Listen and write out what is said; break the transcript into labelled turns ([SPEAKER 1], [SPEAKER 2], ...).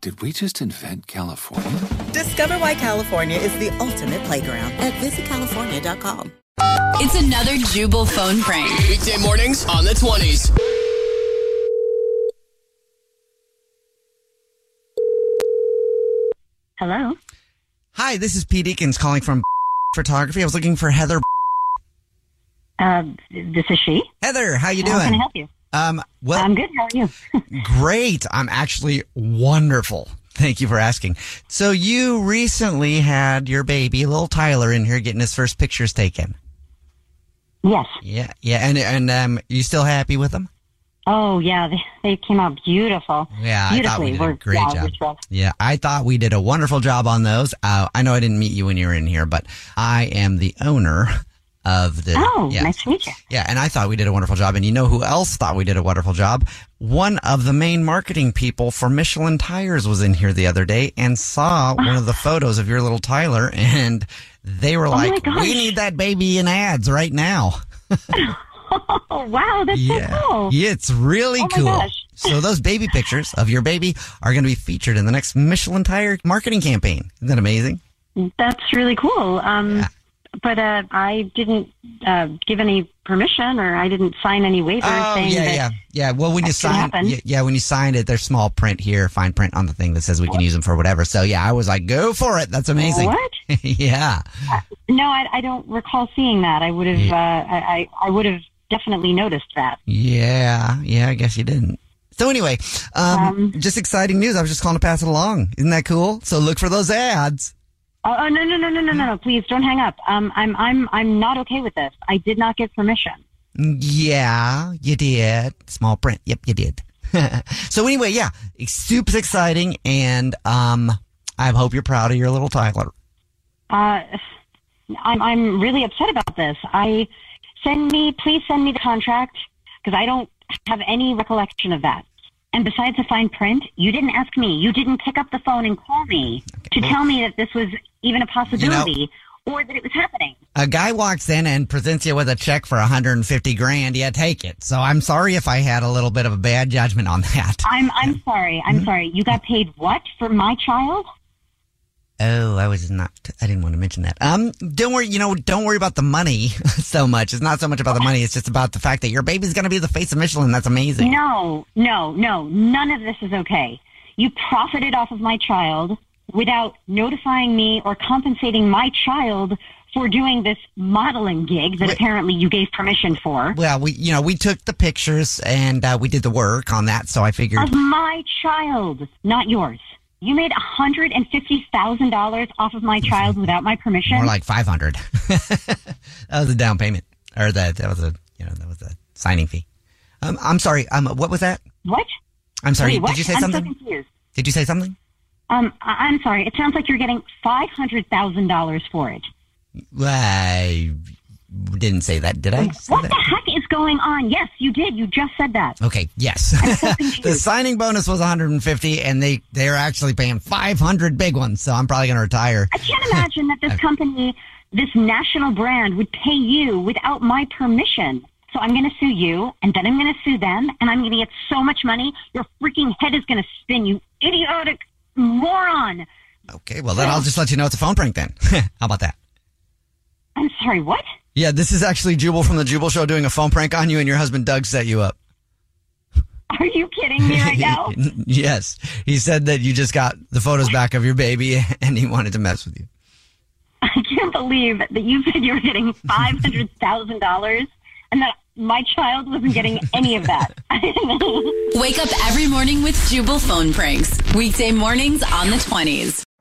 [SPEAKER 1] Did we just invent California?
[SPEAKER 2] Discover why California is the ultimate playground at visitcalifornia.com.
[SPEAKER 3] It's another Jubal phone prank.
[SPEAKER 4] Weekday mornings on the 20s.
[SPEAKER 5] Hello.
[SPEAKER 6] Hi, this is Pete Deakins calling from Photography. I was looking for Heather.
[SPEAKER 5] Uh, this is she.
[SPEAKER 6] Heather, how you doing?
[SPEAKER 5] How can I help you?
[SPEAKER 6] Um, well,
[SPEAKER 5] I'm good. How are you?
[SPEAKER 6] great. I'm actually wonderful. Thank you for asking. So you recently had your baby, little Tyler, in here getting his first pictures taken.
[SPEAKER 5] yes.
[SPEAKER 6] Yeah, yeah, and and um, you still happy with him?
[SPEAKER 5] Oh yeah, they, they came out beautiful.
[SPEAKER 6] Yeah, I thought we
[SPEAKER 5] beautifully.
[SPEAKER 6] did
[SPEAKER 5] are
[SPEAKER 6] a great
[SPEAKER 5] yeah,
[SPEAKER 6] job.
[SPEAKER 5] we're thrilled.
[SPEAKER 6] Yeah, I thought we did a wonderful job on those. Uh, I know I didn't meet you when you were in here, but I am the owner of the.
[SPEAKER 5] Oh,
[SPEAKER 6] yeah.
[SPEAKER 5] nice to meet you.
[SPEAKER 6] Yeah, and I thought we did a wonderful job. And you know who else thought we did a wonderful job? One of the main marketing people for Michelin Tires was in here the other day and saw one of the photos of your little Tyler, and they were
[SPEAKER 5] Oh my
[SPEAKER 6] like,
[SPEAKER 5] gosh.
[SPEAKER 6] "We need that baby in ads right now."
[SPEAKER 5] Oh wow, that's
[SPEAKER 6] Yeah,
[SPEAKER 5] so cool.
[SPEAKER 6] Yeah, it's really
[SPEAKER 5] Oh my
[SPEAKER 6] cool.
[SPEAKER 5] gosh.
[SPEAKER 6] So those baby pictures of your baby are going to be featured in the next Michelin Tire marketing campaign. Isn't that amazing?
[SPEAKER 5] That's really cool. Um,
[SPEAKER 6] Yeah.
[SPEAKER 5] but uh, I didn't uh, give any permission, or I didn't sign any waivers saying
[SPEAKER 6] Oh, yeah,
[SPEAKER 5] that.
[SPEAKER 6] yeah, yeah. Well, when you
[SPEAKER 5] that can
[SPEAKER 6] sign,
[SPEAKER 5] happen.
[SPEAKER 6] yeah, yeah, when you signed it, there's small print here, fine print on the thing that says we can use them for whatever. So yeah, I was like, go for it. That's amazing.
[SPEAKER 5] What?
[SPEAKER 6] yeah,
[SPEAKER 5] No, I, I don't recall seeing that. I would have.
[SPEAKER 6] Yeah.
[SPEAKER 5] Uh, I I I would have definitely noticed that.
[SPEAKER 6] yeah, yeah. I guess you didn't. So anyway, um,
[SPEAKER 5] Um,
[SPEAKER 6] just exciting news. I was just calling to pass it along. Isn't that cool? So look for those ads.
[SPEAKER 5] Oh, oh no no no no no no! Please don't hang up. Um, I'm I'm I'm not okay with this. I did not give permission.
[SPEAKER 6] Yeah, you did. Small print. Yep, you did. so anyway, yeah, it's super exciting, and um, I hope you're proud of your little Tyler.
[SPEAKER 5] Uh, I'm I'm really upset about this. I send me please send me the contract because I don't have any recollection of that. And besides the fine print, you didn't ask me. You didn't pick up the phone and call me to tell me that this was even a possibility or that it was happening.
[SPEAKER 6] A guy walks in and presents you with a check for 150 grand. Yeah, take it. So I'm sorry if I had a little bit of a bad judgment on that.
[SPEAKER 5] I'm I'm sorry. I'm sorry. You got paid what for my child?
[SPEAKER 6] Oh, I was not. I didn't want to mention that. Um, don't worry. You know, don't worry about the money so much. It's not so much about the money. It's just about the fact that your baby's going to be the face of Michelin. That's amazing.
[SPEAKER 5] No, no, no. None of this is okay. You profited off of my child without notifying me or compensating my child for doing this modeling gig that apparently you gave permission for
[SPEAKER 6] Well, we, you know, we took the pictures and uh, we did the work on that. So I figured.
[SPEAKER 5] of my child, not yours. You made $150,000 off of my child without my permission.
[SPEAKER 6] More like 500. that was a down payment, or the, that was a you know that was a signing fee. Um, I'm sorry. Um, what was that?
[SPEAKER 5] what?
[SPEAKER 6] I'm sorry.
[SPEAKER 5] Wait, what?
[SPEAKER 6] Did you say
[SPEAKER 5] I'm
[SPEAKER 6] something?
[SPEAKER 5] so confused.
[SPEAKER 6] did you say something?
[SPEAKER 5] Um, I- I'm sorry. It sounds like you're getting $500,000 for it.
[SPEAKER 6] I didn't say that. Did I? say
[SPEAKER 5] What
[SPEAKER 6] that?
[SPEAKER 5] the heck is going on? Yes, you did. You just said that.
[SPEAKER 6] Okay. Yes. the signing bonus was 150, and they they're actually paying 500 big ones. So I'm probably going to retire.
[SPEAKER 5] I can't imagine that this company this national brand would pay you without my permission. So I'm going to sue you, and then I'm going to sue them, and I'm going to get so much money, your freaking head is going to spin, you idiotic moron.
[SPEAKER 6] Okay, well, then I'll just let you know it's a phone prank then. How about that?
[SPEAKER 5] I'm sorry, what?
[SPEAKER 6] Yeah, this is actually Jubal from The Jubal Show doing a phone prank on you, and your husband Doug set you up.
[SPEAKER 5] Are you kidding me right now?
[SPEAKER 6] yes. He said that you just got the photos back of your baby, and he wanted to mess with you.
[SPEAKER 5] I can't believe that you said you were getting five hundred thousand dollars, and that my child wasn't getting any of that.
[SPEAKER 3] Wake up every morning with Jubal phone pranks. Weekday mornings on the 20s.